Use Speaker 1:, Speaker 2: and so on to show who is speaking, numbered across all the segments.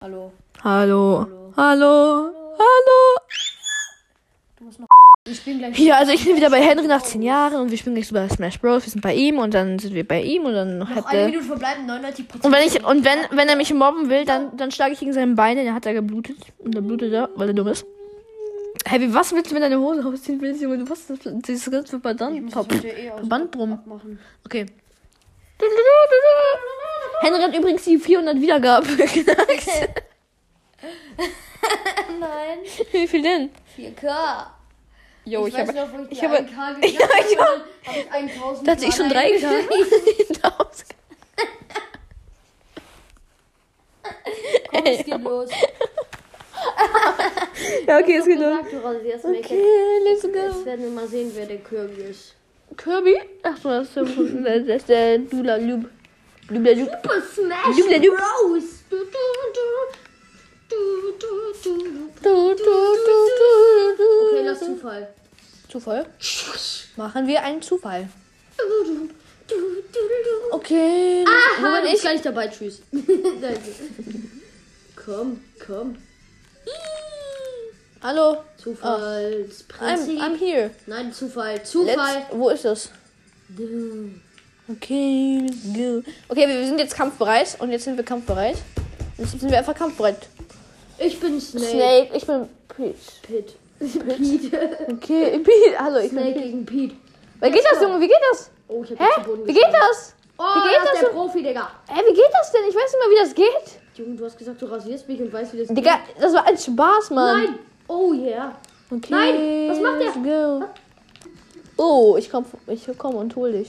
Speaker 1: Hallo.
Speaker 2: Hallo. Hallo. Hallo.
Speaker 1: Du musst noch. Ich bin gleich.
Speaker 2: Ja, also ich bin wieder bei Henry nach 10 Jahren und wir spielen gleich über Smash Bros. Wir sind bei ihm und dann sind wir bei ihm und dann noch
Speaker 1: Noch eine
Speaker 2: hätte.
Speaker 1: Minute verbleiben, 99 Prozent.
Speaker 2: Und wenn ich und wenn wenn er mich mobben will, dann dann schlage ich gegen seinen Bein, denn er hat da geblutet und dann blutet er, weil er dumm ist. Hey, wie was willst du, wenn deine Hose ausziehen willst, Junge? Du was das dieses Ritt für
Speaker 1: Ich
Speaker 2: Band
Speaker 1: muss das heute eh aus
Speaker 2: Band drum.
Speaker 1: abmachen.
Speaker 2: Okay. Henry hat übrigens die 400 Wiedergaben geknackt.
Speaker 1: Nein.
Speaker 2: Wie viel denn?
Speaker 1: 4K.
Speaker 2: Jo,
Speaker 1: ich, weiß noch, wo ich, die
Speaker 2: ich habe-
Speaker 1: 1K geknackt habe. Ich habe ich 1000.
Speaker 2: Dachte ich schon
Speaker 1: Mal
Speaker 2: drei
Speaker 1: eingeschrieben.
Speaker 2: geknackt.
Speaker 1: Komm, es geht los.
Speaker 2: ja, okay, es geht los.
Speaker 3: Sag du rasierst mich
Speaker 2: ne? Okay, ne? let's
Speaker 3: jetzt.
Speaker 2: go.
Speaker 3: werden wir mal sehen, wer der Kirby ist.
Speaker 2: Kirby? Achso, das ist der, das ist der Dula Lub. Lubla Lub.
Speaker 3: Super Smash
Speaker 2: Jubel, Jubel.
Speaker 3: Bros. Du, du, du. Du, du, du.
Speaker 2: Du, du, du, du, du.
Speaker 3: Okay, lass Zufall.
Speaker 2: Zufall. Machen wir einen Zufall.
Speaker 3: Du, du, du, du, du.
Speaker 2: Okay.
Speaker 3: Aha, du bist gar nicht dabei, tschüss. Danke. Komm, komm.
Speaker 2: Ah. Hallo. I'm,
Speaker 3: Zufallsprinzip.
Speaker 2: I'm here.
Speaker 3: Nein, Zufall,
Speaker 2: Ähm, Let's,
Speaker 3: Zufall.
Speaker 2: wo ist das?
Speaker 3: Du.
Speaker 2: Okay, let's go. Okay, wir wir sind jetzt kampfbereit und jetzt sind wir kampfbereit. Jetzt sind wir einfach kampfbereit.
Speaker 3: Ich bin Snake.
Speaker 2: Snake, ich bin Peach.
Speaker 3: Pit. Pete.
Speaker 2: Okay, Peach. Hallo, ich bin
Speaker 3: Snake
Speaker 2: Peach.
Speaker 3: gegen Pete.
Speaker 2: Wie geht das, Junge? Wie geht das?
Speaker 3: Oh, ich hab
Speaker 2: Hä?
Speaker 3: den zu Boden
Speaker 2: Wie geht das?
Speaker 3: Oh,
Speaker 2: Wie geht
Speaker 3: das
Speaker 2: das
Speaker 3: ist der
Speaker 2: so?
Speaker 3: Profi, Digga.
Speaker 2: Hä, wie geht das denn? Ich weiß nicht mal, wie das geht.
Speaker 3: Junge, du hast gesagt, du rasierst mich und weißt, wie das
Speaker 2: Digga, das war ein Spaß, Mann.
Speaker 3: Nein! Oh yeah!
Speaker 2: Okay,
Speaker 3: Nein, was macht
Speaker 2: let's Go. Oh, ich komm, ich komm und hol dich.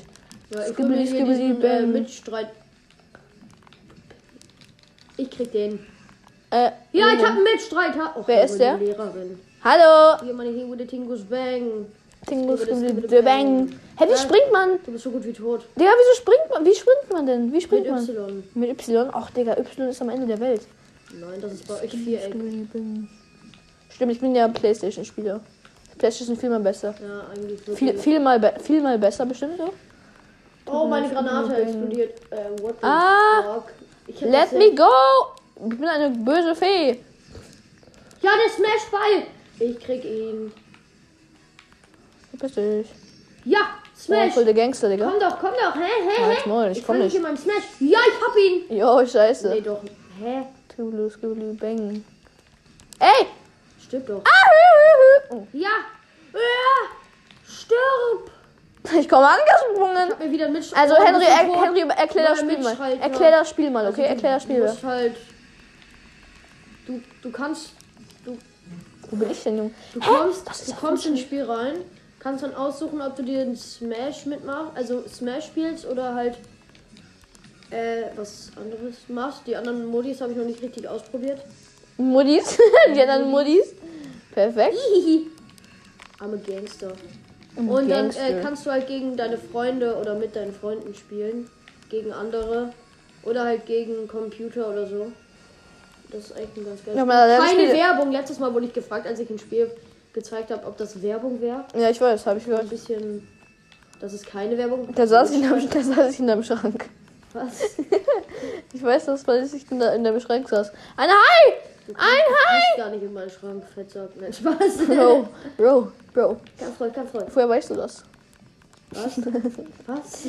Speaker 3: Ja, ich
Speaker 2: Skibbidi,
Speaker 3: will hier
Speaker 2: skibbidi,
Speaker 3: diesen, äh,
Speaker 2: bam.
Speaker 3: Mitstreit. Ich krieg den.
Speaker 2: Äh,
Speaker 3: Ja,
Speaker 2: Junge.
Speaker 3: ich hab einen Mitstreiter. Och,
Speaker 2: Wer ist
Speaker 3: Junge,
Speaker 2: der?
Speaker 3: die Lehrerin.
Speaker 2: Hallo.
Speaker 3: Hier meine Hingude Tingus Bang.
Speaker 2: Tingus,
Speaker 3: Skibbidi, skibbidi,
Speaker 2: bang.
Speaker 3: bang.
Speaker 2: Hä, wie
Speaker 3: Ja.
Speaker 2: springt man?
Speaker 3: Du bist so gut wie tot.
Speaker 2: Digga, wieso springt man? Wie springt man denn? Wie
Speaker 3: Mit
Speaker 2: springt man?
Speaker 3: Y.
Speaker 2: Mit Y? Ach, Digga, Y ist am Ende der Welt.
Speaker 3: Nein, das ist bei euch Viereck.
Speaker 2: Stimmt, ich bin ja Playstation-Spieler. Playstation viel mal besser.
Speaker 3: Ja, eigentlich wirklich.
Speaker 2: Viel, viel, mal be viel mal besser bestimmt so.
Speaker 3: Oh, meine Granate explodiert. Äh, what the
Speaker 2: Ah.
Speaker 3: fuck? Ich hab
Speaker 2: Let
Speaker 3: das
Speaker 2: me go! Ich bin eine böse Fee.
Speaker 3: Ja, der Smash-Ball! Ich krieg ihn.
Speaker 2: Verpiss dich.
Speaker 3: Ja,
Speaker 2: Oh,
Speaker 3: Smash!
Speaker 2: voll der Gangster, Digga.
Speaker 3: Komm doch, komm doch, hä, hä,
Speaker 2: Ja,
Speaker 3: hä?
Speaker 2: jetzt mal, Halt ich komm
Speaker 3: fang
Speaker 2: nicht.
Speaker 3: dich in meinem Smash. Ja, ich hab ihn.
Speaker 2: Jo, scheiße.
Speaker 3: Nee, doch. Hä?
Speaker 2: Tulu, skulu, bang. Ey!
Speaker 3: Stirb doch.
Speaker 2: Ah, hü, hü, hü.
Speaker 3: Ja. Ja. Stirb.
Speaker 2: Oh, Ich komme angesprungen.
Speaker 3: Hab mir wieder mit.
Speaker 2: Also,
Speaker 3: Oh,
Speaker 2: Henry,
Speaker 3: bist du
Speaker 2: er,
Speaker 3: tot?
Speaker 2: Henry, erklär das
Speaker 3: Neuer
Speaker 2: Spiel mal.
Speaker 3: Mitstreiter.
Speaker 2: Erklär das Spiel mal,
Speaker 3: Also,
Speaker 2: okay? Erklär das Spiel
Speaker 3: Du
Speaker 2: mal.
Speaker 3: musst halt. Du, du kannst. Du,
Speaker 2: Wo bin ich denn, Junge?
Speaker 3: du
Speaker 2: Hä?
Speaker 3: kommst,
Speaker 2: Das ist
Speaker 3: du
Speaker 2: ja
Speaker 3: kommst
Speaker 2: voll
Speaker 3: ins Spiel rein. Kannst dann aussuchen, ob du dir den Smash mitmachst, also Smash spielst oder halt äh, was anderes machst. Die anderen Modis habe ich noch nicht richtig ausprobiert.
Speaker 2: Muddis. Die
Speaker 3: Mhm.
Speaker 2: anderen Muddis. Perfekt.
Speaker 3: Hihihi. Arme Gangster. Und dann
Speaker 2: Gangster.
Speaker 3: äh, kannst du halt gegen deine Freunde oder mit deinen Freunden spielen. Gegen andere. Oder halt gegen Computer oder so. Das ist eigentlich ein ganz geiles
Speaker 2: Ja, aber
Speaker 3: Spiel.
Speaker 2: dann
Speaker 3: Keine
Speaker 2: Spiele-
Speaker 3: Werbung. Letztes Mal wurde ich gefragt, als ich ein Spiel gezeigt habe, ob das Werbung wäre.
Speaker 2: Ja, ich weiß, habe ich
Speaker 3: Ein
Speaker 2: gehört.
Speaker 3: bisschen. Das ist keine Werbung.
Speaker 2: Da saß, ich in einem, da saß ich in deinem Schrank.
Speaker 3: Was?
Speaker 2: Ich weiß das, weil ich in, der, in deinem Schrank saß. Ein Hai! Ein Hai!
Speaker 3: Passt gar nicht in meinen Schrank. Fettsack. Nein, Spaß.
Speaker 2: Bro, Bro, Bro.
Speaker 3: Ganz ruhig, ganz ruhig.
Speaker 2: Woher weißt du das?
Speaker 3: Was? Was?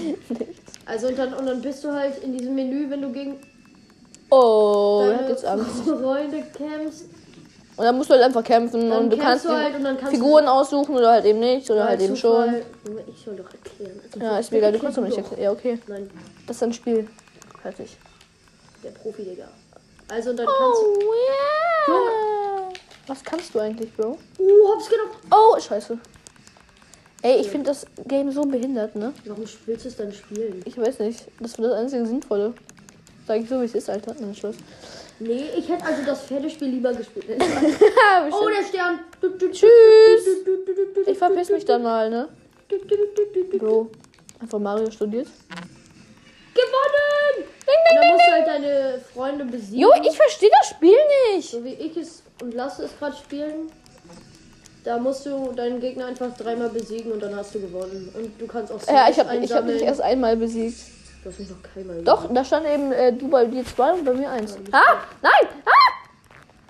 Speaker 3: Also und dann, und dann bist du halt in diesem Menü, wenn du gegen
Speaker 2: Oh, er hat
Speaker 3: deine
Speaker 2: jetzt Angst.
Speaker 3: Freunde kämpfst.
Speaker 2: Und dann musst du halt einfach kämpfen
Speaker 3: Dann
Speaker 2: und du kannst
Speaker 3: kämpfst du
Speaker 2: die
Speaker 3: halt und dann kannst
Speaker 2: Figuren aussuchen oder halt eben nicht oder halt eben schon.
Speaker 3: Junge, Ich soll doch erklären. Also,
Speaker 2: Ja, ist mir egal, du
Speaker 3: erklär
Speaker 2: kannst doch nicht erklären. Ja, okay.
Speaker 3: Nein,
Speaker 2: Das ist ein Spiel. Fertig.
Speaker 3: der Profi, Digga. Also
Speaker 2: Oh.
Speaker 3: dann
Speaker 2: yeah! Was kannst du eigentlich, Bro?
Speaker 3: kannst du. Uh, hab's genommen.
Speaker 2: Oh, scheiße. Ey, ich finde das Game so behindert, ne?
Speaker 3: Warum spielst du es dann spielen?
Speaker 2: Ich weiß nicht. Das war das einzige Sinnvolle. Sag ich so, wie es ist, Alter. Nein, Schluss.
Speaker 3: Nee, ich hätte also das Pferdespiel lieber gespielt.
Speaker 2: Ja,
Speaker 3: oh,
Speaker 2: oh,
Speaker 3: der Stern. Du, du,
Speaker 2: Tschüss!
Speaker 3: du, du, du, du, du,
Speaker 2: Ich verpiss mich dann mal, ne?
Speaker 3: du, du, du, du, du, du.
Speaker 2: Bro. Einfach Mario studiert.
Speaker 3: Gewonnen! Und dann musst du halt deine Freunde besiegen.
Speaker 2: Jo, ich verstehe das Spiel nicht.
Speaker 3: So wie ich es und lasse es gerade spielen, da musst du deinen Gegner einfach dreimal besiegen und dann hast du gewonnen. Und du kannst auch
Speaker 2: Ja, ich
Speaker 3: Smash
Speaker 2: habe ich hab mich
Speaker 3: einsammeln.
Speaker 2: erst einmal besiegt.
Speaker 3: Du hast mich noch keinmal
Speaker 2: Doch, da stand eben äh, du bei dir zwei und bei mir eins. Ah, nein! Ah!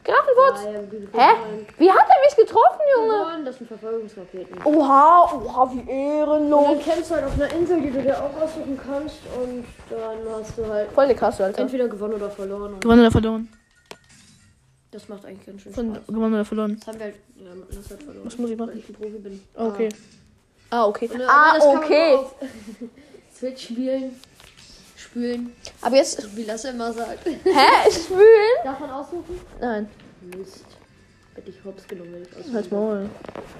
Speaker 2: Grafenwurz. Hä?
Speaker 3: Hä?
Speaker 2: Wie hat er mich getroffen, Junge?
Speaker 3: Das sind Verfolgungsraketen.
Speaker 2: Oha, oha, wie ehrenlos.
Speaker 3: Und dann kämpfst du halt auf einer Insel, die du dir auch aussuchen kannst und dann hast du halt
Speaker 2: Voll der krasse, Alter.
Speaker 3: entweder gewonnen oder verloren. Und
Speaker 2: Gewonnen oder verloren?
Speaker 3: das macht eigentlich ganz schön
Speaker 2: Von,
Speaker 3: Spaß.
Speaker 2: gewonnen oder verloren?
Speaker 3: Das haben wir halt, ja, das hat verloren.
Speaker 2: Was muss ich machen?
Speaker 3: Weil ich ein Profi bin.
Speaker 2: Okay. Ah, okay.
Speaker 3: Und, äh,
Speaker 2: Ah,
Speaker 3: das kann man nur
Speaker 2: okay.
Speaker 3: auf Switch spielen. Spülen.
Speaker 2: Aber jetzt.
Speaker 3: Wie Lasse immer sagt.
Speaker 2: Hä? Spülen?
Speaker 3: Darf man aussuchen?
Speaker 2: Nein.
Speaker 3: Mist. Hätte ich hops genommen, wenn ich
Speaker 2: Halt
Speaker 3: aussuche.
Speaker 2: Maul.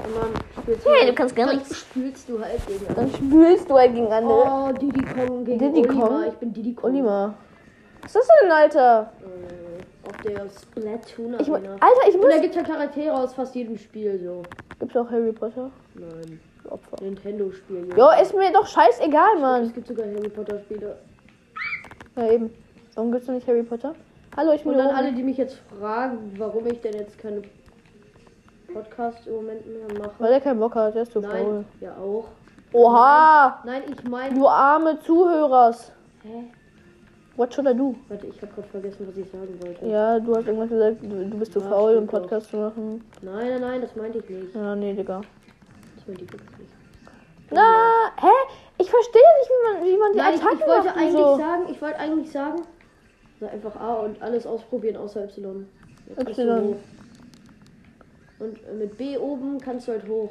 Speaker 3: Und dann spielst
Speaker 2: Hey,
Speaker 3: halt-
Speaker 2: du kannst gerne
Speaker 3: Dann
Speaker 2: nichts.
Speaker 3: spülst du halt gegen andere.
Speaker 2: Dann spülst du halt gegen andere.
Speaker 3: Oh, Diddy Kong gegen
Speaker 2: Diddy Kong?
Speaker 3: Oliver. Ich bin Diddy
Speaker 2: Oh.
Speaker 3: Kong.
Speaker 2: Olima. Was ist das denn, Alter?
Speaker 3: Äh, auf der Splatoon
Speaker 2: Ich, mu-
Speaker 3: Arena.
Speaker 2: Alter, ich
Speaker 3: Und da
Speaker 2: muss.
Speaker 3: gibt es ja Charaktere aus fast jedem Spiel so.
Speaker 2: Gibt's auch Harry Potter?
Speaker 3: Nein.
Speaker 2: Opfer.
Speaker 3: Nintendo-Spiel.
Speaker 2: Jo, ist mir doch scheißegal, Mann.
Speaker 3: Es gibt sogar Harry Potter-Spiele.
Speaker 2: Ja, eben. Warum gibt's noch nicht Harry Potter? Hallo, ich bin
Speaker 3: Und dann
Speaker 2: oben.
Speaker 3: alle, die mich jetzt fragen, warum ich denn jetzt keine Podcasts im Moment mehr mache.
Speaker 2: Weil er keinen Bock hat, der ist zu faul.
Speaker 3: Nein, ja auch.
Speaker 2: Oha!
Speaker 3: Nein, ich meine.
Speaker 2: Du arme Zuhörers!
Speaker 3: Hä?
Speaker 2: What should I do?
Speaker 3: Warte, ich habe gerade vergessen, was ich sagen wollte.
Speaker 2: Ja, du hast irgendwas gesagt, du, du bist zu
Speaker 3: Ja,
Speaker 2: faul, um
Speaker 3: stimmt doch.
Speaker 2: Podcast zu machen.
Speaker 3: Nein, nein, nein, das meinte ich nicht.
Speaker 2: Ja, nee,
Speaker 3: Oh
Speaker 2: Digga.
Speaker 3: Das meinte ich wirklich nicht.
Speaker 2: Na, hä? Ich verstehe nicht, wie man, wie man die
Speaker 3: Nein, ich,
Speaker 2: Attacken
Speaker 3: ich wollte
Speaker 2: macht und
Speaker 3: eigentlich
Speaker 2: so.
Speaker 3: sagen, ich wollte eigentlich sagen, sag einfach A und alles ausprobieren außer Y. Jetzt bist du
Speaker 2: Y.
Speaker 3: hoch. Und mit B oben kannst du halt hoch.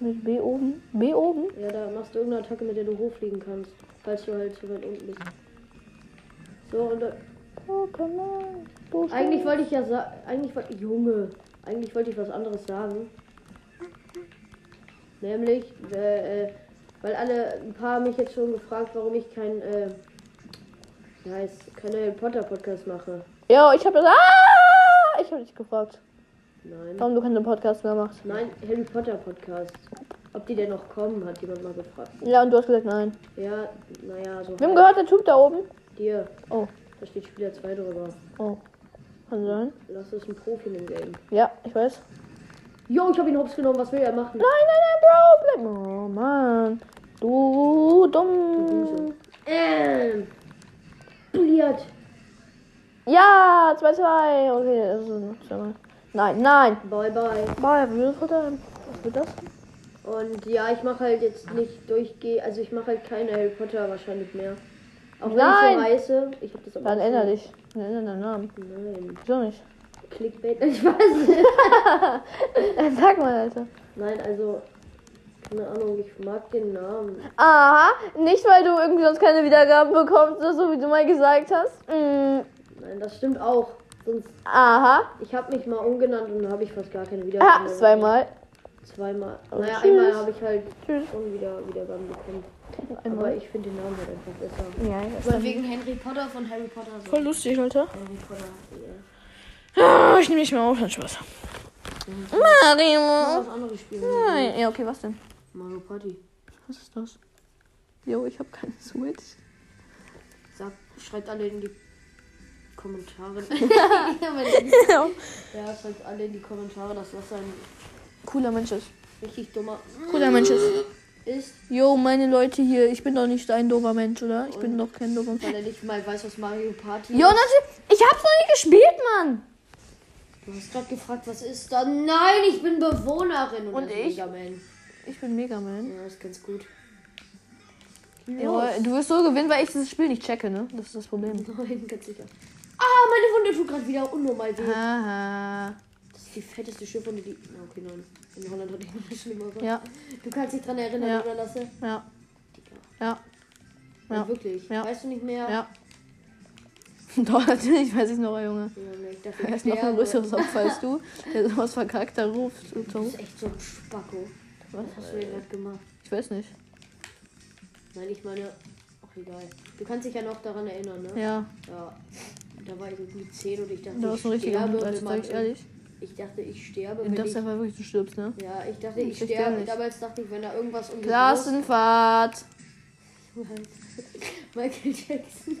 Speaker 2: Mit B oben? B oben?
Speaker 3: Ja, da machst du irgendeine Attacke, mit der du hochfliegen kannst, falls du halt zu weit unten bist. So, und da-
Speaker 2: Pokémon. du
Speaker 3: eigentlich
Speaker 2: Stern.
Speaker 3: wollte ich ja sagen, eigentlich wollte Junge, eigentlich wollte ich was anderes sagen. Nämlich, äh, äh, weil alle, ein paar haben mich jetzt schon gefragt, warum ich kein, äh, wie heißt, keinen Harry Potter Podcast mache.
Speaker 2: Ja, ich hab das. Ah! Ich hab dich gefragt,
Speaker 3: Nein.
Speaker 2: warum du keinen Podcast mehr machst.
Speaker 3: Nein, Harry Potter Podcast. Ob die denn noch kommen, hat jemand mal gefragt.
Speaker 2: Ja, und du hast gesagt nein.
Speaker 3: Ja, naja, so.
Speaker 2: Wem gehört der Typ da oben?
Speaker 3: Dir.
Speaker 2: Oh.
Speaker 3: Da steht Spieler 2 drüber.
Speaker 2: Oh. Kann sein.
Speaker 3: Lass es ein Profi im Game.
Speaker 2: Ja, ich weiß.
Speaker 3: Jo, ich hab ihn hops genommen, was will er machen?
Speaker 2: Nein, nein, nein, Bro, bleib. Oh Mann. Du dumm.
Speaker 3: Ähm. Bliert.
Speaker 2: Ja, 2-2. Okay, das ist noch zweimal. Nein, nein.
Speaker 3: Bye bye.
Speaker 2: Mal, Würfelfutter. Was wird das?
Speaker 3: Und ja, ich mache halt jetzt nicht durchgeh, also ich mache halt keine Harry Potter wahrscheinlich mehr. Auch
Speaker 2: Nein.
Speaker 3: wenn ich so heiße, ich hab das aber
Speaker 2: Dann
Speaker 3: auch
Speaker 2: änder
Speaker 3: so-
Speaker 2: dich. Dann änder deinen Namen.
Speaker 3: Nein.
Speaker 2: Wieso nicht?
Speaker 3: Clickbait, ich weiß nicht.
Speaker 2: Sag mal, Alter.
Speaker 3: Nein, also keine Ahnung, ich mag den Namen.
Speaker 2: Aha, nicht weil du irgendwie sonst keine Wiedergaben bekommst, so wie du mal gesagt hast. Mm,
Speaker 3: Nein, das stimmt auch. Sonst,
Speaker 2: aha.
Speaker 3: ich habe mich mal umgenannt und dann habe ich fast gar keine Wiedergaben
Speaker 2: Ah,
Speaker 3: mehr
Speaker 2: zweimal.
Speaker 3: bekommen. Zweimal.
Speaker 2: Und
Speaker 3: naja,
Speaker 2: tschüss.
Speaker 3: einmal habe ich halt
Speaker 2: Tschüss.
Speaker 3: schon wieder Wiedergaben bekommen. Aber
Speaker 2: Einmal.
Speaker 3: ich finde den Namen halt einfach besser.
Speaker 2: Ja, ich weiß nicht.
Speaker 1: Wegen Harry Potter von Harry Potter. So.
Speaker 2: Voll lustig, Alter.
Speaker 3: Harry Potter. Ja.
Speaker 2: Ah, Ich nehme nicht mehr auf, dann Spaß. Mario.
Speaker 3: Das andere Spiel.
Speaker 2: Nein. Ja, okay, was denn?
Speaker 3: Mario Party.
Speaker 2: Was ist das? Jo, ich habe keine Switch.
Speaker 3: Sagt, schreibt alle in die Kommentare. ja, schreibt alle in die Kommentare, dass das ein
Speaker 2: Cooler Mensch ist.
Speaker 3: richtig dummer
Speaker 2: Cooler Mensch ist.
Speaker 3: ist,
Speaker 2: Jo, meine Leute hier, ich bin doch nicht ein dober Mensch, oder? Ich bin doch kein dober Mensch.
Speaker 3: weil er nicht mal weiß, was Mario Party
Speaker 2: Jo,
Speaker 3: ist.
Speaker 2: natürlich. Ich hab's noch nie gespielt, Mann.
Speaker 3: Du hast gerade gefragt, was ist da? Nein, ich bin Bewohnerin und,
Speaker 2: Und
Speaker 3: das
Speaker 2: ich?
Speaker 3: Mega Man.
Speaker 2: Ich bin Mega Man.
Speaker 3: Ja, das ist ganz gut.
Speaker 2: Jo, du wirst so gewinnen, weil ich dieses Spiel nicht checke, ne? Das ist das Problem.
Speaker 3: Nein, ganz sicher. Ah, meine Wunde tut gerade wieder unnormal weh.
Speaker 2: Haha.
Speaker 3: Das ist die fetteste Schiffwunde, die. Na, okay, nein. In Holland hatte ich noch eine schlimmere.
Speaker 2: Ja,
Speaker 3: Du kannst dich dran erinnern,
Speaker 2: Ja.
Speaker 3: oder Lasse?
Speaker 2: ja,
Speaker 3: Digga.
Speaker 2: ja, Ja.
Speaker 3: Nein, wirklich.
Speaker 2: Ja.
Speaker 3: Weißt du nicht mehr?
Speaker 2: ja. Doch, natürlich weiß ich noch, Junge.
Speaker 3: Ja, nee, ich dachte,
Speaker 2: Er
Speaker 3: ich
Speaker 2: ist noch ein
Speaker 3: sterbe.
Speaker 2: größeres Opfer als du, der sowas verkackt, da ruft. und
Speaker 3: Du
Speaker 2: so.
Speaker 3: bist echt so ein Spacko.
Speaker 2: Was?
Speaker 3: Was hast du denn gerade gemacht?
Speaker 2: Ich weiß nicht.
Speaker 3: Nein, ich meine. Ach, egal. Du kannst dich ja noch daran erinnern, ne?
Speaker 2: Ja,
Speaker 3: Ja. Da war ich irgendwie 10 und ich dachte,
Speaker 2: da
Speaker 3: ich
Speaker 2: warst du ein richtiger
Speaker 3: sterbe,
Speaker 2: Hund,
Speaker 3: wenn
Speaker 2: also sag
Speaker 3: man.
Speaker 2: ich ehrlich.
Speaker 3: Ich dachte, ich sterbe,
Speaker 2: Du
Speaker 3: wenn
Speaker 2: dachtest
Speaker 3: ich.
Speaker 2: einfach wirklich, du stirbst, ne?
Speaker 3: Ja, ich dachte, ich
Speaker 2: Ich verstehe
Speaker 3: sterbe.
Speaker 2: nicht.
Speaker 3: Damals dachte ich, wenn da irgendwas um die Brust-
Speaker 2: Klassenfahrt.
Speaker 3: Michael Jackson.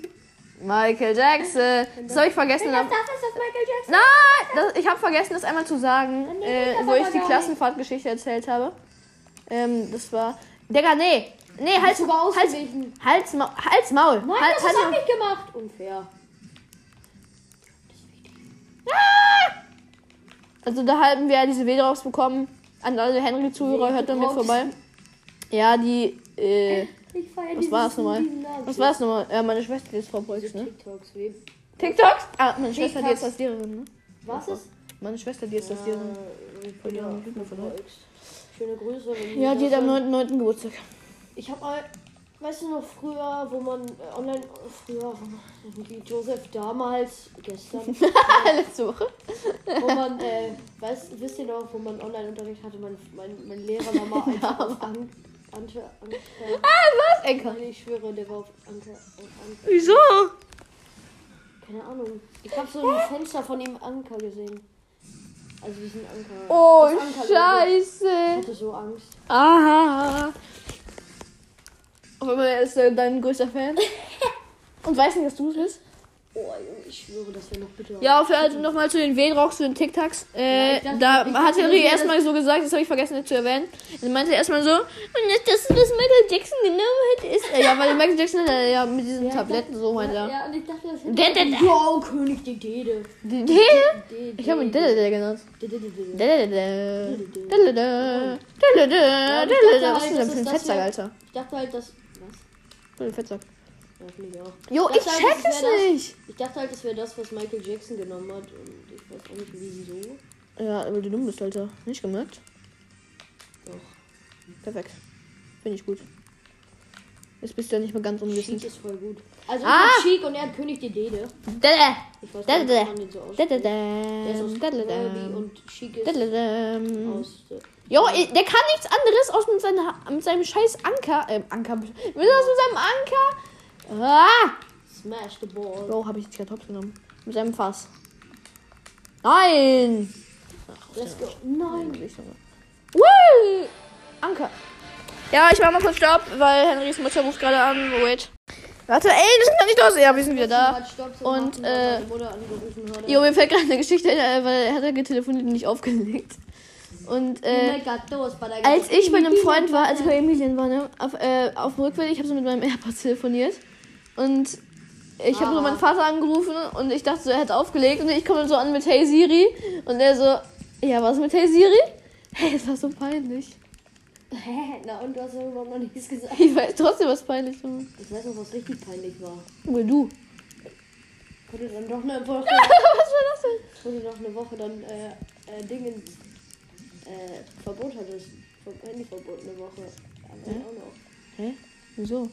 Speaker 2: Michael Jackson. Das habe ich vergessen.
Speaker 1: Das darf ist das Michael Jackson.
Speaker 2: Nein! Das, ich habe vergessen, das einmal zu sagen, äh, wo ich die Klassenfahrtgeschichte erzählt habe. Ähm, das war. Digga, nee! Nee, Hals,
Speaker 3: du war
Speaker 2: Hals, Hals,
Speaker 3: ausgewichen.
Speaker 2: Hals, Maul. Hals, Maul.
Speaker 3: Nein,
Speaker 2: Hals,
Speaker 3: das
Speaker 2: Hals,
Speaker 3: hab
Speaker 2: Maul.
Speaker 3: ich gemacht. Unfair.
Speaker 2: Also da haben wir ja diese Weh draus bekommen. An alle Henry-Zuhörer, hört dann mit vorbei. Ja, die, äh,
Speaker 1: Ich feier
Speaker 2: was war das nochmal? Was war das nochmal? Ja, meine Schwester die ist Frau Preuß, ne? TikToks? Ah, meine Schwester, die ist
Speaker 1: TikToks.
Speaker 2: als Lehrerin, ne?
Speaker 3: Was ist? Äh,
Speaker 2: Meine Schwester, die ist als Lehrerin.
Speaker 3: Ich bin ja
Speaker 2: Verloren, verloren.
Speaker 3: Schöne Grüße. wenn
Speaker 2: Ja,
Speaker 3: ihr
Speaker 2: die
Speaker 3: das
Speaker 2: hat am
Speaker 3: hört.
Speaker 2: 9. 9. Geburtstag.
Speaker 3: Ich habe mal, weißt du noch früher, wo man äh, online, früher, wie Josef damals, gestern,
Speaker 2: Letzte Woche.
Speaker 3: wo man, äh, weißt, wisst ihr noch, wo man Online-Unterricht hatte, mein, mein, mein Lehrer war mal einfach auf An Ante, Ante,
Speaker 2: Was, Enka?
Speaker 3: Nein, ich schwöre, der war auf Ante, auf Ante,
Speaker 2: Wieso?
Speaker 3: keine Ahnung. Ich habe so ein Fenster von ihm Anker gesehen. Also diesen Anker.
Speaker 2: Oh,
Speaker 3: Das Ankerlogo. Ich
Speaker 2: scheiße.
Speaker 3: hatte so Angst.
Speaker 2: Aha. Auf einmal ist er dein größter Fan. Und weiß nicht, dass du es bist.
Speaker 3: Oh, Junge, ich schwöre, das wäre noch bitter.
Speaker 2: Ja, auf jeden Fall nochmal zu den W-Rocks, zu den Tic-Tacs.
Speaker 3: Ja,
Speaker 2: Äh,
Speaker 3: ich dachte-
Speaker 2: da
Speaker 3: ich
Speaker 2: hat
Speaker 3: dachte,
Speaker 2: Henry
Speaker 3: das-
Speaker 2: erstmal so gesagt, das habe ich vergessen zu erwähnen. Er meinte erstmal so, und jetzt das, was Michael Jackson genommen hat, ist. Äh, ja, weil Michael Jackson hat er ja mit diesen
Speaker 3: ich
Speaker 2: Tabletten so meinte
Speaker 3: Ja,
Speaker 2: er.
Speaker 3: ja, und ich dachte, das
Speaker 2: Der- der- der-
Speaker 3: Wow, König die Dede.
Speaker 2: Die- die-
Speaker 3: Dede.
Speaker 2: Ich habe ihn Dillede genannt.
Speaker 3: Dede, Dede.
Speaker 2: Dillede. Dillede. Dillede. Dillede. Was ist denn für ein Fettsack, Alter?
Speaker 3: Ich dachte halt, dass. Was?
Speaker 2: Für ein Fettsack.
Speaker 3: Ja, finde ich auch.
Speaker 2: Jo, ich
Speaker 3: Das heißt,
Speaker 2: check
Speaker 3: es
Speaker 2: es
Speaker 3: wär das-
Speaker 2: nicht.
Speaker 3: Ich dachte halt, das wäre das, was Michael Jackson genommen hat. Und ich weiß auch nicht wieso.
Speaker 2: Ja, weil du dumm bist, Alter. Nicht gemerkt?
Speaker 3: Doch.
Speaker 2: Perfekt. Finde ich gut. Jetzt bist du ja nicht mehr ganz
Speaker 3: Chic
Speaker 2: unwissend.
Speaker 3: ist voll gut. Also,
Speaker 2: Ah!
Speaker 3: ich bin Chic und er hat König die Dede.
Speaker 2: Dillede.
Speaker 3: Ich weiß
Speaker 2: Da,
Speaker 3: gar nicht,
Speaker 2: da,
Speaker 3: wie man den so ausspricht. Der ist aus Nairobi
Speaker 2: Jo,
Speaker 3: und Chic ist aus. äh,
Speaker 2: i- der kann nichts anderes aus mit, seiner, mit seinem scheiß Anker. Ähm, Anker. Mit, was mit seinem Anker. Ah!
Speaker 3: Smash the Ball.
Speaker 2: Bro, habe ich jetzt gerade hops genommen. Mit seinem Fass. Nein!
Speaker 3: Let's go. Nein.
Speaker 2: Woo! Anker. Ja, ich mach mal kurz Stopp, weil Henrys Mutter ruft gerade an. Wait. Warte, ey, wir sind noch nicht los. Ja, wir sind wieder da.
Speaker 3: Mal Stopp zu
Speaker 2: Und,
Speaker 3: machen, weil
Speaker 2: äh,
Speaker 3: meine Mutter angerufen hat.
Speaker 2: Jo, mir fällt gerade eine Geschichte ein, äh, weil er hat ja getelefoniert und nicht aufgelegt. Und
Speaker 3: Oh
Speaker 2: äh, als ich bei einem Freund war, als ich bei Emilien war, ne, auf, äh, auf dem Rückweg, ich habe so mit meinem AirPods telefoniert und ich habe so
Speaker 3: Ah.
Speaker 2: meinen Vater angerufen und ich dachte so, er hat aufgelegt und ich komme so an mit Hey Siri und er so, ja, was mit Hey Siri? Hey, es war so peinlich.
Speaker 3: Hä? Na und du hast ja überhaupt noch nichts gesagt.
Speaker 2: Ich weiß trotzdem, was peinlich war.
Speaker 3: Ich weiß noch, was richtig peinlich war.
Speaker 2: Junge, du.
Speaker 3: Wurde dann doch eine Woche,
Speaker 2: Was war das denn?
Speaker 3: wurde noch eine Woche dann äh, äh, Dingen äh, Verbot hattest. Vom Handyverbot eine Woche. Aber auch noch.
Speaker 2: Hä? Wieso?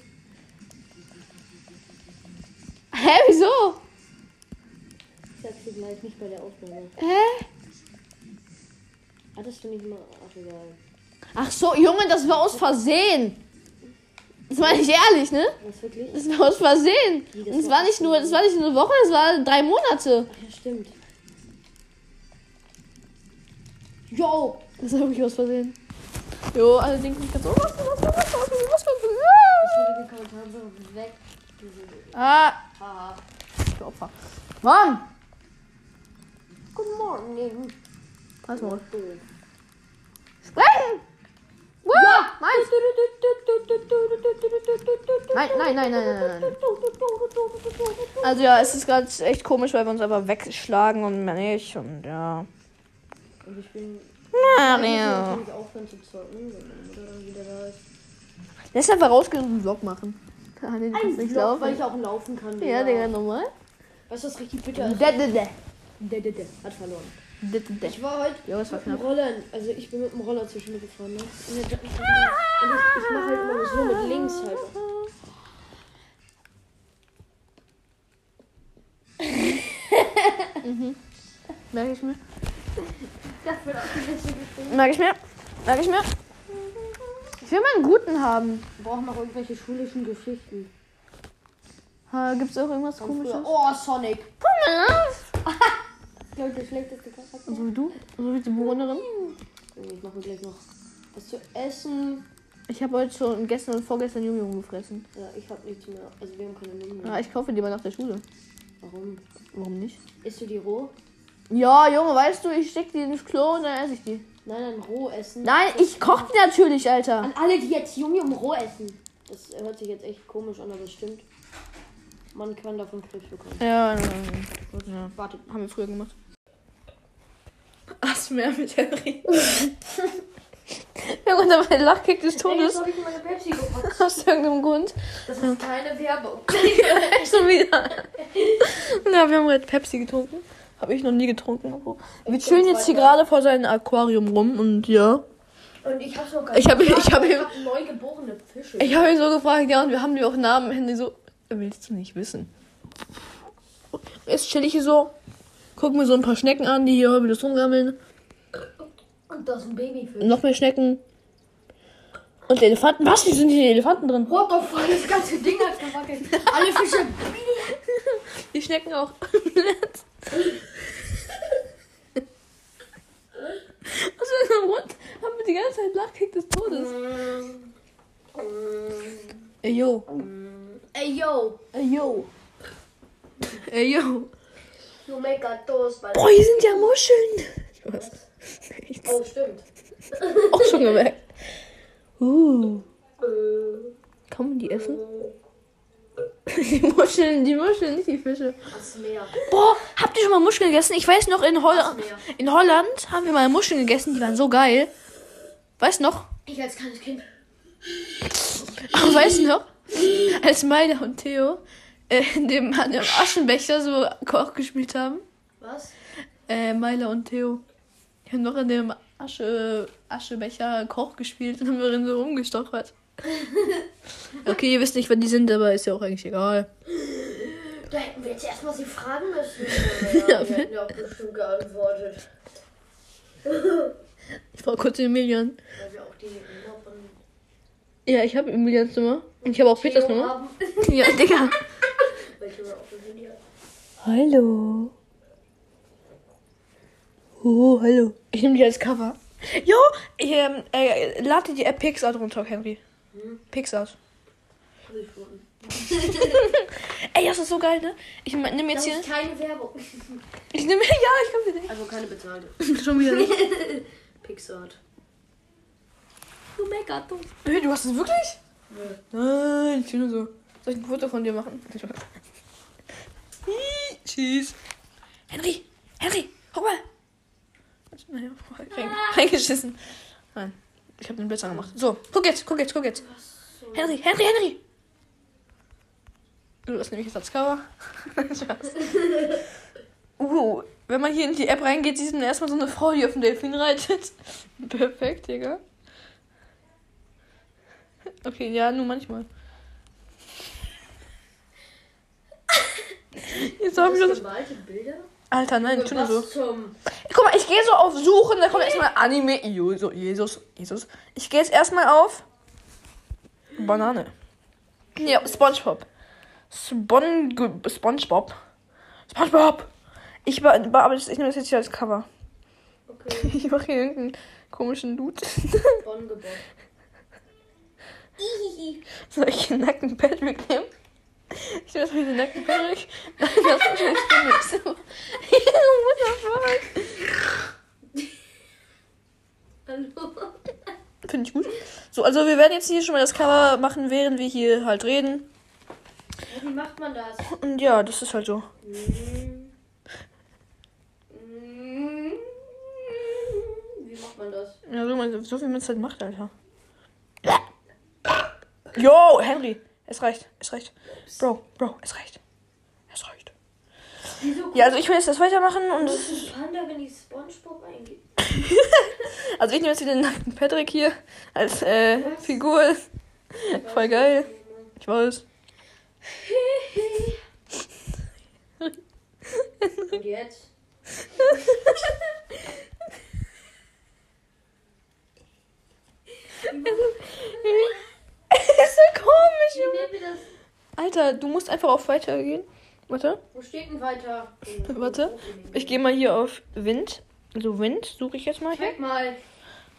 Speaker 2: Hä, wieso?
Speaker 3: Ich sag's dir gleich nicht bei der Aufnahme.
Speaker 2: Hä?
Speaker 3: Hattest du nicht mal. Ach egal.
Speaker 2: Ach so, Junge, das war aus Versehen. Das meine ich ehrlich, ne?
Speaker 3: Was wirklich?
Speaker 2: Das war aus Versehen.
Speaker 3: Wie, das
Speaker 2: Und es
Speaker 3: war
Speaker 2: war nicht nur, das war nicht nur eine Woche, es war drei Monate.
Speaker 3: Ach ja, stimmt. Yo!
Speaker 2: Das war wirklich aus Versehen. Jo, alle denken sich ganz so, was, was, was, was, was, was, was,
Speaker 3: Ich
Speaker 2: was,
Speaker 3: würde die Kommentare so weg.
Speaker 2: Ah,
Speaker 3: Haha.
Speaker 2: ich bin Opfer. Mann!
Speaker 3: Guten Morgen, Leben.
Speaker 2: Pass mal.
Speaker 3: Cool.
Speaker 2: Sprechen! Woo! Meins! Nein, nein, nein, nein, nein, nein, nein. Also ja, es ist gerade echt komisch, weil wir uns aber wegschlagen und mehr nicht und ja.
Speaker 3: Und ich bin. Ich muss
Speaker 2: Mario.
Speaker 3: natürlich aufhören zu zocken, wenn meine Mutter dann wieder da ist.
Speaker 2: Lass einfach rausgehen und einen Vlog machen. Ah, nee, du kannst nicht
Speaker 3: Vlog, weil
Speaker 2: laufen.
Speaker 3: ich auch laufen kann.
Speaker 2: Ja, Digga, normal.
Speaker 3: Weißt du, was richtig bitter ist?
Speaker 2: Da, da, da.
Speaker 3: Der, der, der hat verloren.
Speaker 2: Da, da, da.
Speaker 3: Ich war heute
Speaker 2: Ja, es war
Speaker 3: mit dem
Speaker 2: knapp.
Speaker 3: Roller, also ich bin mit dem Roller zwischendurch gefahren, ne? Und der- und ich, ich mache halt immer so mit links halt.
Speaker 2: Merke ich mir.
Speaker 3: Das wird auch die letzte Geschichte.
Speaker 2: Merke ich mir. Merke ich mir. Ich will mal einen guten haben.
Speaker 3: Wir brauchen noch irgendwelche schulischen Geschichten.
Speaker 2: Ha, gibt's auch irgendwas
Speaker 3: Von
Speaker 2: komisches?
Speaker 3: früher. Oh, Sonic. Ich glaube, der schlechteste Charakter. Oh,
Speaker 2: So wie du? So wie die Bewohnerin?
Speaker 3: Ich mache mir gleich noch was zu essen.
Speaker 2: Ich habe heute schon gestern und vorgestern Jungen gefressen.
Speaker 3: Ja, ich habe nichts mehr. Also wir haben keine Nudeln mehr.
Speaker 2: Ja, ich kaufe die mal nach der Schule.
Speaker 3: Warum?
Speaker 2: Warum nicht?
Speaker 3: Isst du die roh?
Speaker 2: Ja, Junge, weißt du, ich steck die ins Klo und dann esse ich die.
Speaker 3: Nein, nein, roh essen.
Speaker 2: Nein, ich koche die natürlich, Alter.
Speaker 3: An alle, die jetzt Junge um roh essen. Das hört sich jetzt echt komisch an, aber es stimmt. Man kann davon Krebs bekommen.
Speaker 2: Ja, ja, ja.
Speaker 3: Warte.
Speaker 2: Haben wir früher gemacht. Ach,
Speaker 4: nichts mehr mit Harry.
Speaker 2: Irgendwann aber ein Lachkick des Todes.
Speaker 3: habe ich meine Pepsi gebracht.
Speaker 2: Aus irgendeinem Grund.
Speaker 3: Das ist keine Werbung.
Speaker 2: Schon wieder. Na, wir haben heute Pepsi getrunken. Habe ich noch nie getrunken. Wir chillen jetzt hier gerade vor seinem Aquarium rum und ja.
Speaker 3: Und ich hab's noch gar
Speaker 2: Ich habe ich hab ihm,
Speaker 3: Ich hab neugeborene Fische.
Speaker 2: ich hab ihn so gefragt, ja, und wir haben dir auch Namen. Handy so, "Äh, willst du nicht wissen. Jetzt chill ich hier so, guck mir so ein paar Schnecken an, die hier heute rumgammeln.
Speaker 3: Und da ist ein Babyfisch.
Speaker 2: Noch mehr Schnecken. Und Elefanten. Was? Wie sind hier Elefanten drin?
Speaker 3: What the fuck, das ganze Ding hat gewackelt. Alle Fische.
Speaker 2: Die Schnecken auch. Was für ein Hund? Also, Haben wir die ganze Zeit Lachkick des Todes. Ey, yo.
Speaker 3: Ey, yo.
Speaker 2: Ey, yo. Ey, yo.
Speaker 3: You make a toast, but...
Speaker 2: Boah, hier sind ja Muscheln. Was? Nichts.
Speaker 3: Oh, stimmt.
Speaker 2: Auch schon gemerkt. Uh,
Speaker 3: Äh,
Speaker 2: kann man die essen? Die Muscheln, die Muscheln, nicht die Fische.
Speaker 3: das Meer.
Speaker 2: Boah, habt ihr schon mal Muscheln gegessen? Ich weiß noch, in, Holl in Holland haben wir mal Muscheln gegessen, die waren so geil. Weißt noch?
Speaker 3: Ich als kleines Kind.
Speaker 2: Aber weißt du noch, als Maida und Theo äh, in dem, an dem Aschenbecher so Koch gespielt haben?
Speaker 3: Was?
Speaker 2: Äh, Maida und Theo. Die haben noch in dem Asche, Aschebecher Koch gespielt und haben darin so rumgestochert. Okay, ihr wisst nicht, wann die sind, aber ist ja auch eigentlich egal.
Speaker 3: Da hätten wir jetzt erstmal sie fragen müssen. Ja, die hätten ja auch bestimmt geantwortet.
Speaker 2: Ich war kurz in Emilian.
Speaker 3: Weil wir auch die Nummer von
Speaker 2: Ja, ich habe Emilians Nummer. Und ich habe auch Peters
Speaker 3: Theo
Speaker 2: Nummer.
Speaker 3: haben.
Speaker 2: Ja, Digga.
Speaker 3: Welche wir auch gesehen haben.
Speaker 2: Hallo. Oh, hallo. Ich nehme dich als Cover. Jo, ähm, äh, lade die App Pixar runter, Henry. Pixar.
Speaker 3: Hab ich schon.
Speaker 2: Ey, das ist so geil, ne? Ich nehme jetzt
Speaker 3: Das
Speaker 2: hier.
Speaker 3: ist keine Werbung.
Speaker 2: Ich nehme. Ja, ich kann sie
Speaker 3: Also keine bezahlte.
Speaker 2: nicht. Schon wieder nicht.
Speaker 3: Pixar.
Speaker 2: Du Megaton. Hey, du hast es wirklich? Nein, ich will nur so. Soll ich ein Foto von dir machen? Ih, Tschüss. Henry, Henry, guck mal. Naja, rein- reingeschissen. Nein, ich habe den besser gemacht. So, guck jetzt, guck jetzt, guck jetzt. Henry, Henry, Henry. Du, das nehme ich jetzt als Cover. Spaß. Uh, wenn man hier in die App reingeht, sieht man erstmal so eine Frau, die auf dem Delfin reitet. Perfekt, Digga. Okay, ja, nur manchmal. Jetzt hab ich
Speaker 3: Das
Speaker 2: das.
Speaker 3: gemalte Bilder?
Speaker 2: Alter, nein, tu nur so.
Speaker 3: Was zum...
Speaker 2: Guck mal, ich gehe so auf Suchen, da kommt erstmal Anime. Jesus, Jesus, Jesus. Ich gehe jetzt erstmal auf. Banane. Ja, Spongebob. Spon Spongebob. Spongebob! Ich, be aber ich nehme das jetzt hier als Cover.
Speaker 3: Okay,
Speaker 2: Ich mache hier irgendeinen komischen Dude.
Speaker 3: Bonn gebaut.
Speaker 2: Soll ich den nackten Patrick nehmen? Ich nehme das mit den nackten Patrick. Nein, das ist wahrscheinlich nichts. What the fuck?
Speaker 3: Hallo.
Speaker 2: Finde ich gut. So, also wir werden jetzt hier schon mal das Cover machen, während wir hier halt reden.
Speaker 3: Wie macht man das?
Speaker 2: Und ja, das ist halt so.
Speaker 3: Wie macht man das?
Speaker 2: Ja, so, man, so wie man es halt macht, Alter. Yo, Henry, es reicht, es reicht. Bro, Bro, es reicht. Es reicht.
Speaker 3: Wieso
Speaker 2: Ja, also ich will jetzt das weitermachen und
Speaker 3: guckt ein Panda, wenn ich Spongebob eingebe?
Speaker 2: also ich nehme jetzt wieder den nackten Patrick hier als äh, Figur. Voll geil. Ich weiß.
Speaker 3: Und jetzt?
Speaker 2: ist so komisch,
Speaker 3: Wie nennt ihr das?
Speaker 2: Alter, du musst einfach auf weiter gehen. Warte,
Speaker 3: Wo steht denn weiter?
Speaker 2: warte. Ich gehe mal hier auf Wind. Also Wind suche ich jetzt mal hier.
Speaker 3: Check mal.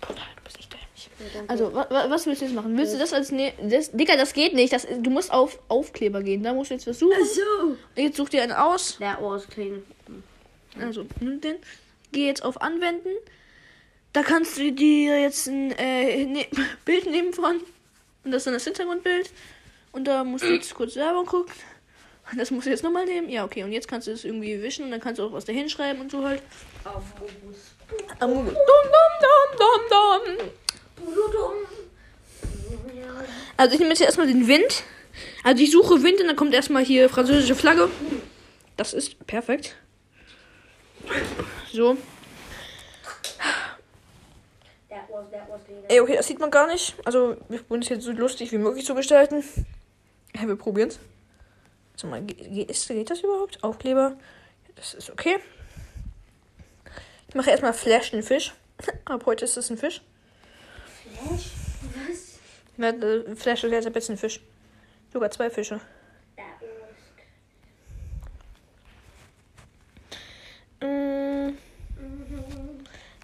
Speaker 2: Boah, nein, du bist nicht dämlich. Also, wa wa was willst du jetzt machen? Willst du das als. Ne das, Digga, das geht nicht. Das, du musst auf Aufkleber gehen. Da musst du jetzt was suchen.
Speaker 1: Also.
Speaker 3: So.
Speaker 2: Jetzt such dir einen aus.
Speaker 3: Der Ohr ist clean.
Speaker 2: Also, nimm den. Geh jetzt auf Anwenden. Da kannst du dir jetzt ein äh, ne Bild nehmen von. Und das ist dann das Hintergrundbild. Und da musst du jetzt kurz Werbung gucken. Und das musst du jetzt nochmal nehmen. Ja, okay. Und jetzt kannst du es irgendwie wischen und dann kannst du auch was dahin schreiben und so halt.
Speaker 3: Auf Robust.
Speaker 2: Am Dum, dum, dum, dum, dum. Also ich nehme jetzt hier erstmal den Wind. Also ich suche Wind und dann kommt erstmal hier französische Flagge. Das ist perfekt. So.
Speaker 1: That was, that was the-
Speaker 2: Ey, okay, das sieht man gar nicht. Also wir probieren es jetzt so lustig wie möglich zu gestalten. Ja, wir probieren es. Also mal, ge- ge- ist, geht das überhaupt? Aufkleber. Das ist okay. Ich mache erstmal Flash den Fisch. Ab heute ist es ein Fisch.
Speaker 1: Flash? Was?
Speaker 2: Na, äh, Flash ist jetzt ein bisschen Fisch. Sogar zwei Fische.
Speaker 1: That was.
Speaker 2: Mm.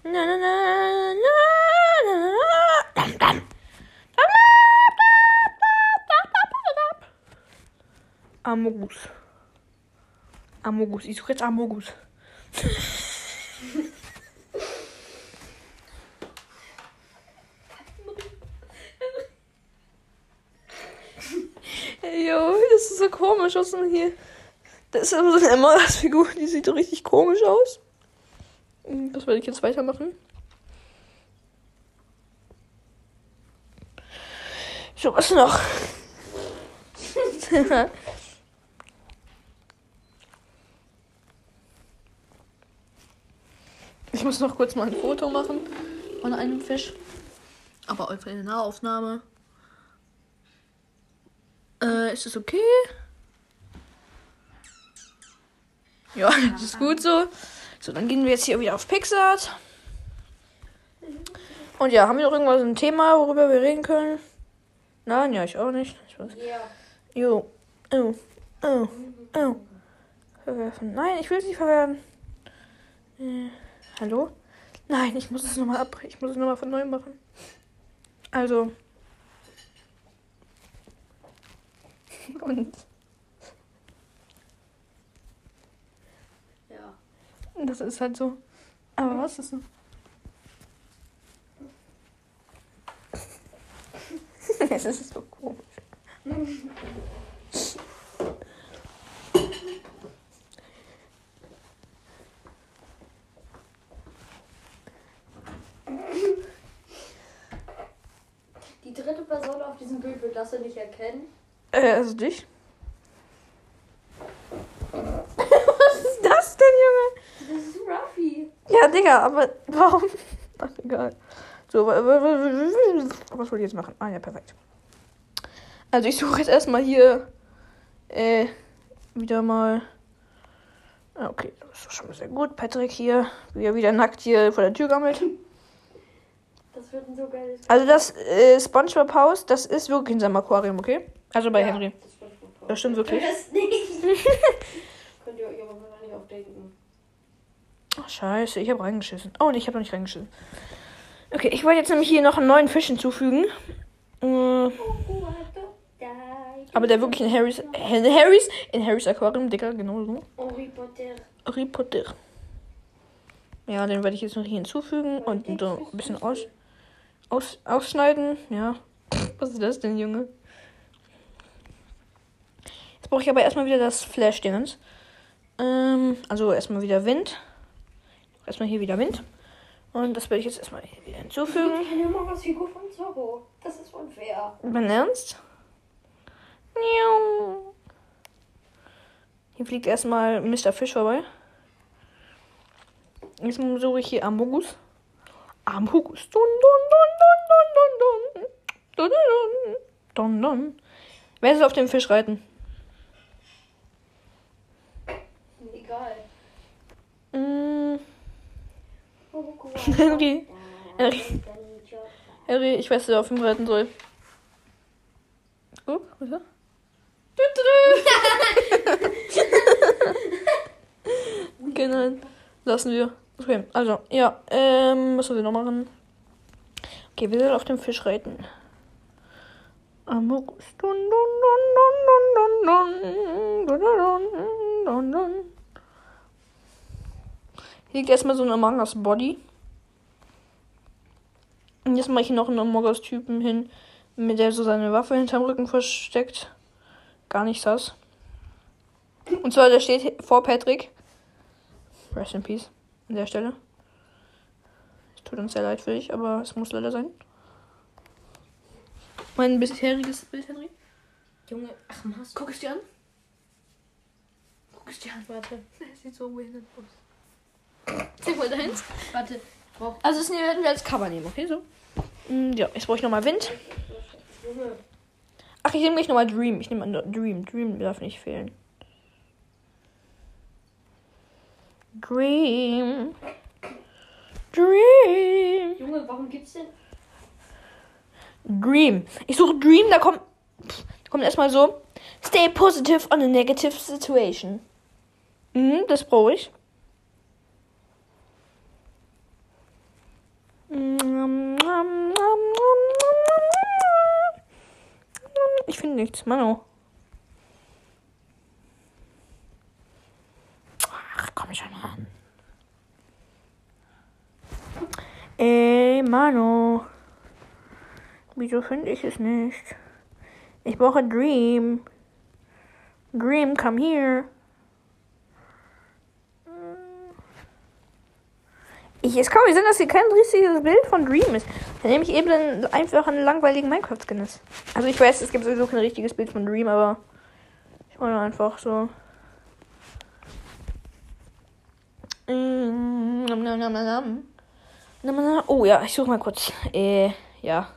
Speaker 2: Na, na, na, na, na, na. Dam, dam. Dam, dam, dam, dam, dam, dam, dam. Amogus. Amogus. Ich suche jetzt Amogus. Ey, yo, das ist so komisch, was ist denn hier? Das ist aber so eine Emma-Figur, die sieht richtig komisch aus. Mhm. Das werde ich jetzt weitermachen. So, was noch? ich muss noch kurz mal ein Foto machen von einem Fisch. Aber einfach in der Nahaufnahme. Äh, ist das okay? Ja, das ist gut so. So, dann gehen wir jetzt hier wieder auf Pixart. Und ja, haben wir noch irgendwas ein Thema, worüber wir reden können? Nein, ja, ich auch nicht. Ich weiß.
Speaker 1: Ja.
Speaker 2: Jo. Oh. Oh. Oh. Verwerfen. Nein, ich will es nicht verwerfen. Äh, hallo? Nein, ich muss es nochmal ab. Ich muss es nochmal von neu machen. Also. Und
Speaker 1: Ja.
Speaker 2: das ist halt so. Aber was ist denn? Es ist so komisch.
Speaker 1: Die dritte Person auf diesem Bild wird das nicht erkennen.
Speaker 2: Äh, also dich? Was ist das denn, Junge?
Speaker 1: Das ist Ruffy.
Speaker 2: Ja, Digga, aber warum? Ach, egal. So, wa- wa- wa- wa- was wollte ich jetzt machen? Ah ja, perfekt. Also ich suche jetzt erstmal hier äh, wieder mal. Ah, Okay, das ist schon mal sehr gut. Patrick hier, wie er wieder nackt hier vor der Tür gammelt.
Speaker 1: Das wird ein so geiles.
Speaker 2: Also das äh, Spongebob Haus, das ist wirklich in seinem Aquarium, okay? Also bei
Speaker 1: Ja,
Speaker 2: Henry.
Speaker 1: Das wird super.
Speaker 2: Das stimmt
Speaker 1: Könnt
Speaker 2: wirklich.
Speaker 1: ihr das nicht. Könnt ihr euch aber wahrscheinlich auch denken.
Speaker 2: Ach, scheiße, ich habe reingeschissen. Oh, nee, ich habe noch nicht reingeschissen. Okay, ich wollte jetzt nämlich hier noch einen neuen Fisch hinzufügen. Äh, aber der wirklich in Harrys, in Harrys, in Harrys Aquarium, Digga, genau so.
Speaker 1: Harry Potter.
Speaker 2: Harry Potter. Ja, den werde ich jetzt noch hier hinzufügen und so ein bisschen aus, aus, ausschneiden. Ja. Was ist das denn, Junge? Jetzt brauche ich aber erstmal wieder das Flash-Dingens. Ähm, also erstmal wieder Wind. Erstmal hier wieder Wind. Und das werde ich jetzt erstmal hier wieder hinzufügen.
Speaker 1: Ich kenne immer was Figur von Zorro. Das ist unfair.
Speaker 2: Mein Ernst? Miau. Hier fliegt erstmal Mr. Fisch vorbei. Jetzt suche ich hier Amogus. Amogus. Dun, dun, dun, dun, dun, dun, dun. Dun, dun, dun. Dun, dun. Wer soll auf den Fisch reiten?
Speaker 1: Egal.
Speaker 2: Mm,
Speaker 1: Henry.
Speaker 2: Henry. Henry. Harry, ich weiß, wer auf ihn reiten soll. Guck, oder? okay, nein. Lassen wir. Okay, also, ja. Ähm, was sollen wir noch machen? Okay, wir sollen auf dem Fisch reiten. Amogus. Dun, dun, dun, dun, dun, dun. Dun, dun, dun, dun, dun. Hier liegt erstmal so ein Among Us Body. Und jetzt mache ich noch einen Morgos-Typen hin, mit der so seine Waffe hinterm Rücken versteckt. Gar nicht sass. Und zwar, der steht vor Patrick. Rest in Peace. An der Stelle. Tut uns sehr leid für dich, aber es muss leider sein. Mein bisheriges Bild, Henry.
Speaker 5: Junge, ach Mann.
Speaker 2: Guck es dir an. Guck es dir an. Warte. Das sieht so behindert aus. Zeig mal deins.
Speaker 5: Warte.
Speaker 2: Also das werden wir als Cover nehmen, okay? So. Mm, Ja, jetzt brauche ich nochmal Wind. Ach, ich nehme gleich nochmal Dream. Ich nehme an Dream. Dream darf nicht fehlen. Dream. Dream.
Speaker 5: Junge, warum gibt's denn?
Speaker 2: Dream. Ich suche Dream, da kommt. Pff, da kommt erstmal so. Stay positive on a negative situation. Mhm, das brauche ich. Ich finde nichts, Mano. Ach, komm schon an. Ey, Mano. Wieso finde ich es nicht? Ich brauche Dream. Dream, come here. Ich, es kann nicht sein, dass hier kein richtiges Bild von Dream ist. Dann nehme ich eben einen- einfach einen langweiligen Minecraft-Skin. ist. Also ich weiß, es gibt sowieso kein richtiges Bild von Dream, aber ich wollte einfach so. Mm, nom, nom, nom, nom, nom. Nom, nom, nom. Oh ja, ich suche mal kurz. Äh, ja.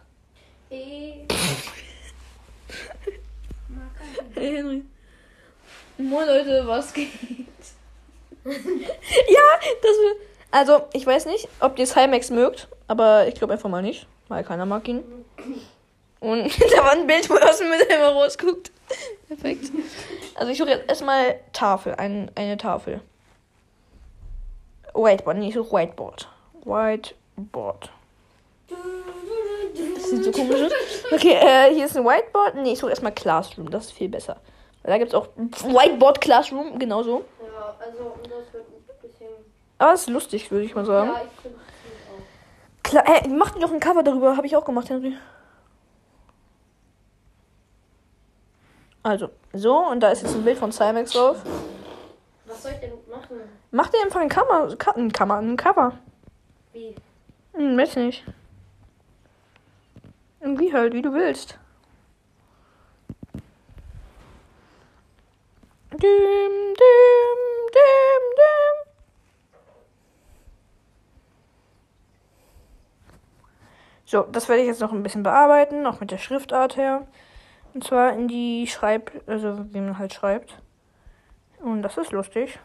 Speaker 1: E,
Speaker 2: Hey Henry. Moin Leute, was geht? ja, das will. Also, ich weiß nicht, ob ihr Cymax mögt, aber ich glaube einfach mal nicht, weil keiner mag ihn. Und da war ein Bild, wo er aus dem Mülleimer rausguckt. Perfekt. Also, ich suche jetzt erstmal Tafel, ein, eine Tafel. Whiteboard, nee, ich suche Whiteboard. Whiteboard. Das sieht so komisch aus. Okay, äh, hier ist ein Whiteboard. Nee, ich suche erstmal Classroom. Das ist viel besser. Weil Da gibt es auch Whiteboard Classroom, genauso.
Speaker 1: Ja, also das wird ein bisschen.
Speaker 2: Aber es ist lustig, würde ich mal sagen.
Speaker 1: Ja, ich finde es
Speaker 2: Kla äh, mach doch ein Cover darüber, habe ich auch gemacht, Henry. Also, so, und da ist jetzt ein Bild von Cymex drauf.
Speaker 1: Was soll ich denn machen?
Speaker 2: Mach dir einfach ein Cover, Ka- ein Cover, ein Cover.
Speaker 1: Wie?
Speaker 2: Hm, weiß nicht. Irgendwie halt, wie du willst. Dim, dim, dim, dim. So, das werde ich jetzt noch ein bisschen bearbeiten, auch mit der Schriftart her. Und zwar in die Schreib, also wie man halt schreibt. Und das ist lustig.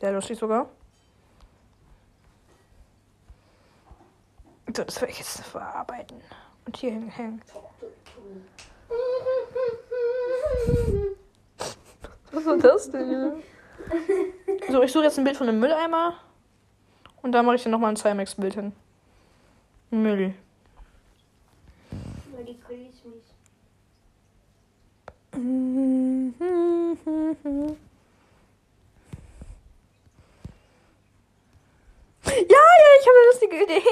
Speaker 2: Sehr lustig sogar. So, das werde ich jetzt verarbeiten. Und hier hinhängen. Was war das denn? so, ich suche jetzt ein Bild von einem Mülleimer. Und da mache ich dann nochmal ein Cymex-Bild hin. Müll.
Speaker 1: Weil die Krieg mich.
Speaker 2: Ja, ja, ich habe eine lustige Idee.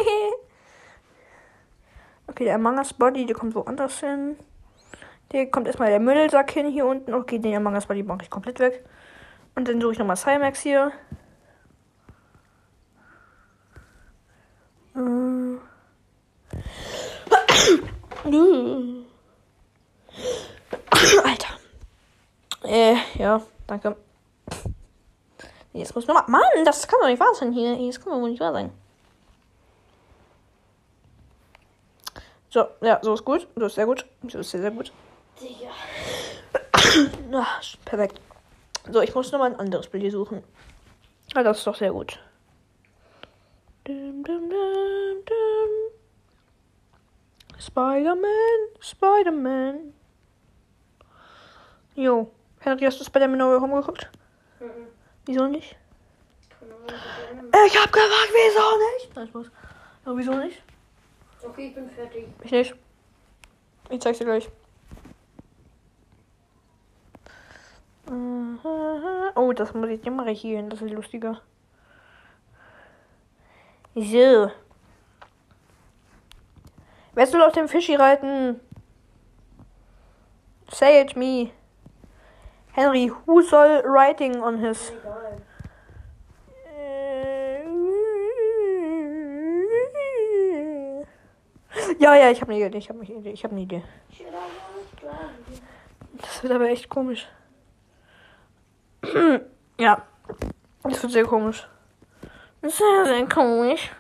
Speaker 2: Okay, der Among Us Body, der kommt woanders hin. Hier kommt erstmal der Müllsack hin, hier unten. Okay, den Among Us Body mache ich komplett weg. Und dann suche ich nochmal Cymax hier. Ähm. Alter. Äh, ja, danke. Jetzt muss ich nochmal. Mann, das kann doch nicht wahr sein hier. Das kann doch wohl nicht wahr sein. So, ja, so ist gut. So ist sehr gut. So ist sehr, sehr gut.
Speaker 1: Digga.
Speaker 2: Ach, perfekt. So, ich muss nochmal ein anderes Bild hier suchen. Ah, das ist doch sehr gut. Dum, dum, dum, dum. Spider-Man, Spider-Man. Jo, Henry, hast du Spider-Man No Way Home geguckt?
Speaker 1: Mhm.
Speaker 2: Wieso nicht? Äh,
Speaker 1: Keine Ahnung, was ich denn mache.
Speaker 2: Ich hab gefragt, wieso nicht? Nein, Spaß. Aber wieso nicht?
Speaker 1: Okay, ich bin fertig.
Speaker 2: Ich nicht. Ich zeig's dir gleich. Oh, das muss ich immer hier hin. Das ist lustiger. So. Wer soll auf dem Fischi reiten? Say it me. Henry, who soll writing on his...
Speaker 1: Egal.
Speaker 2: Äh, Ja, ja, ich habe eine Idee, ich habe eine Idee, ich habe eine Idee. Das wird aber echt komisch. ja, das wird sehr komisch. Sehr, sehr komisch.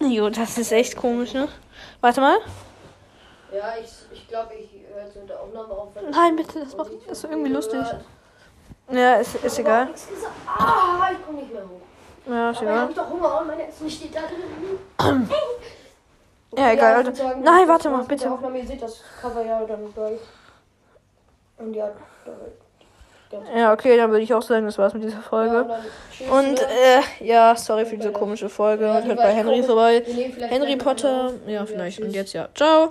Speaker 2: Jo, das ist echt komisch, ne? Warte mal.
Speaker 3: Ja, ich, ich glaube, ich höre jetzt mit der Aufnahme auf. wenn-
Speaker 2: Nein, bitte, das macht das ist irgendwie lustig. Ja, ist, ist egal.
Speaker 3: Nichts gesagt. Ah, ich komme nicht mehr hoch.
Speaker 2: Ja, ist
Speaker 3: Aber ich
Speaker 2: egal.
Speaker 3: habe doch Hunger und meine Essen steht da drin.
Speaker 2: Ja, egal,
Speaker 3: ich würd
Speaker 2: Alter.
Speaker 3: sagen,
Speaker 2: Nein,
Speaker 3: das war's
Speaker 2: warte mal,
Speaker 3: mit der
Speaker 2: bitte.
Speaker 3: Aufnahme, ihr seht das Cover ja dann gleich. Und ja, da-
Speaker 2: Ja, okay, dann würde ich auch sagen, das war's mit dieser
Speaker 3: ja,
Speaker 2: Folge.
Speaker 3: dann tschüss,
Speaker 2: Und,
Speaker 3: ne?
Speaker 2: äh, ja, sorry für diese komische Folge.
Speaker 3: Ja,
Speaker 2: Und
Speaker 3: die
Speaker 2: hört
Speaker 3: war
Speaker 2: bei
Speaker 3: echt
Speaker 2: Henry
Speaker 3: komisch.
Speaker 2: vorbei.
Speaker 3: Wir nehmen vielleicht
Speaker 2: Henry
Speaker 3: gleich noch eine
Speaker 2: Potter.
Speaker 3: auf.
Speaker 2: Ja, vielleicht. Und
Speaker 3: tschüss.
Speaker 2: jetzt ja. Ciao.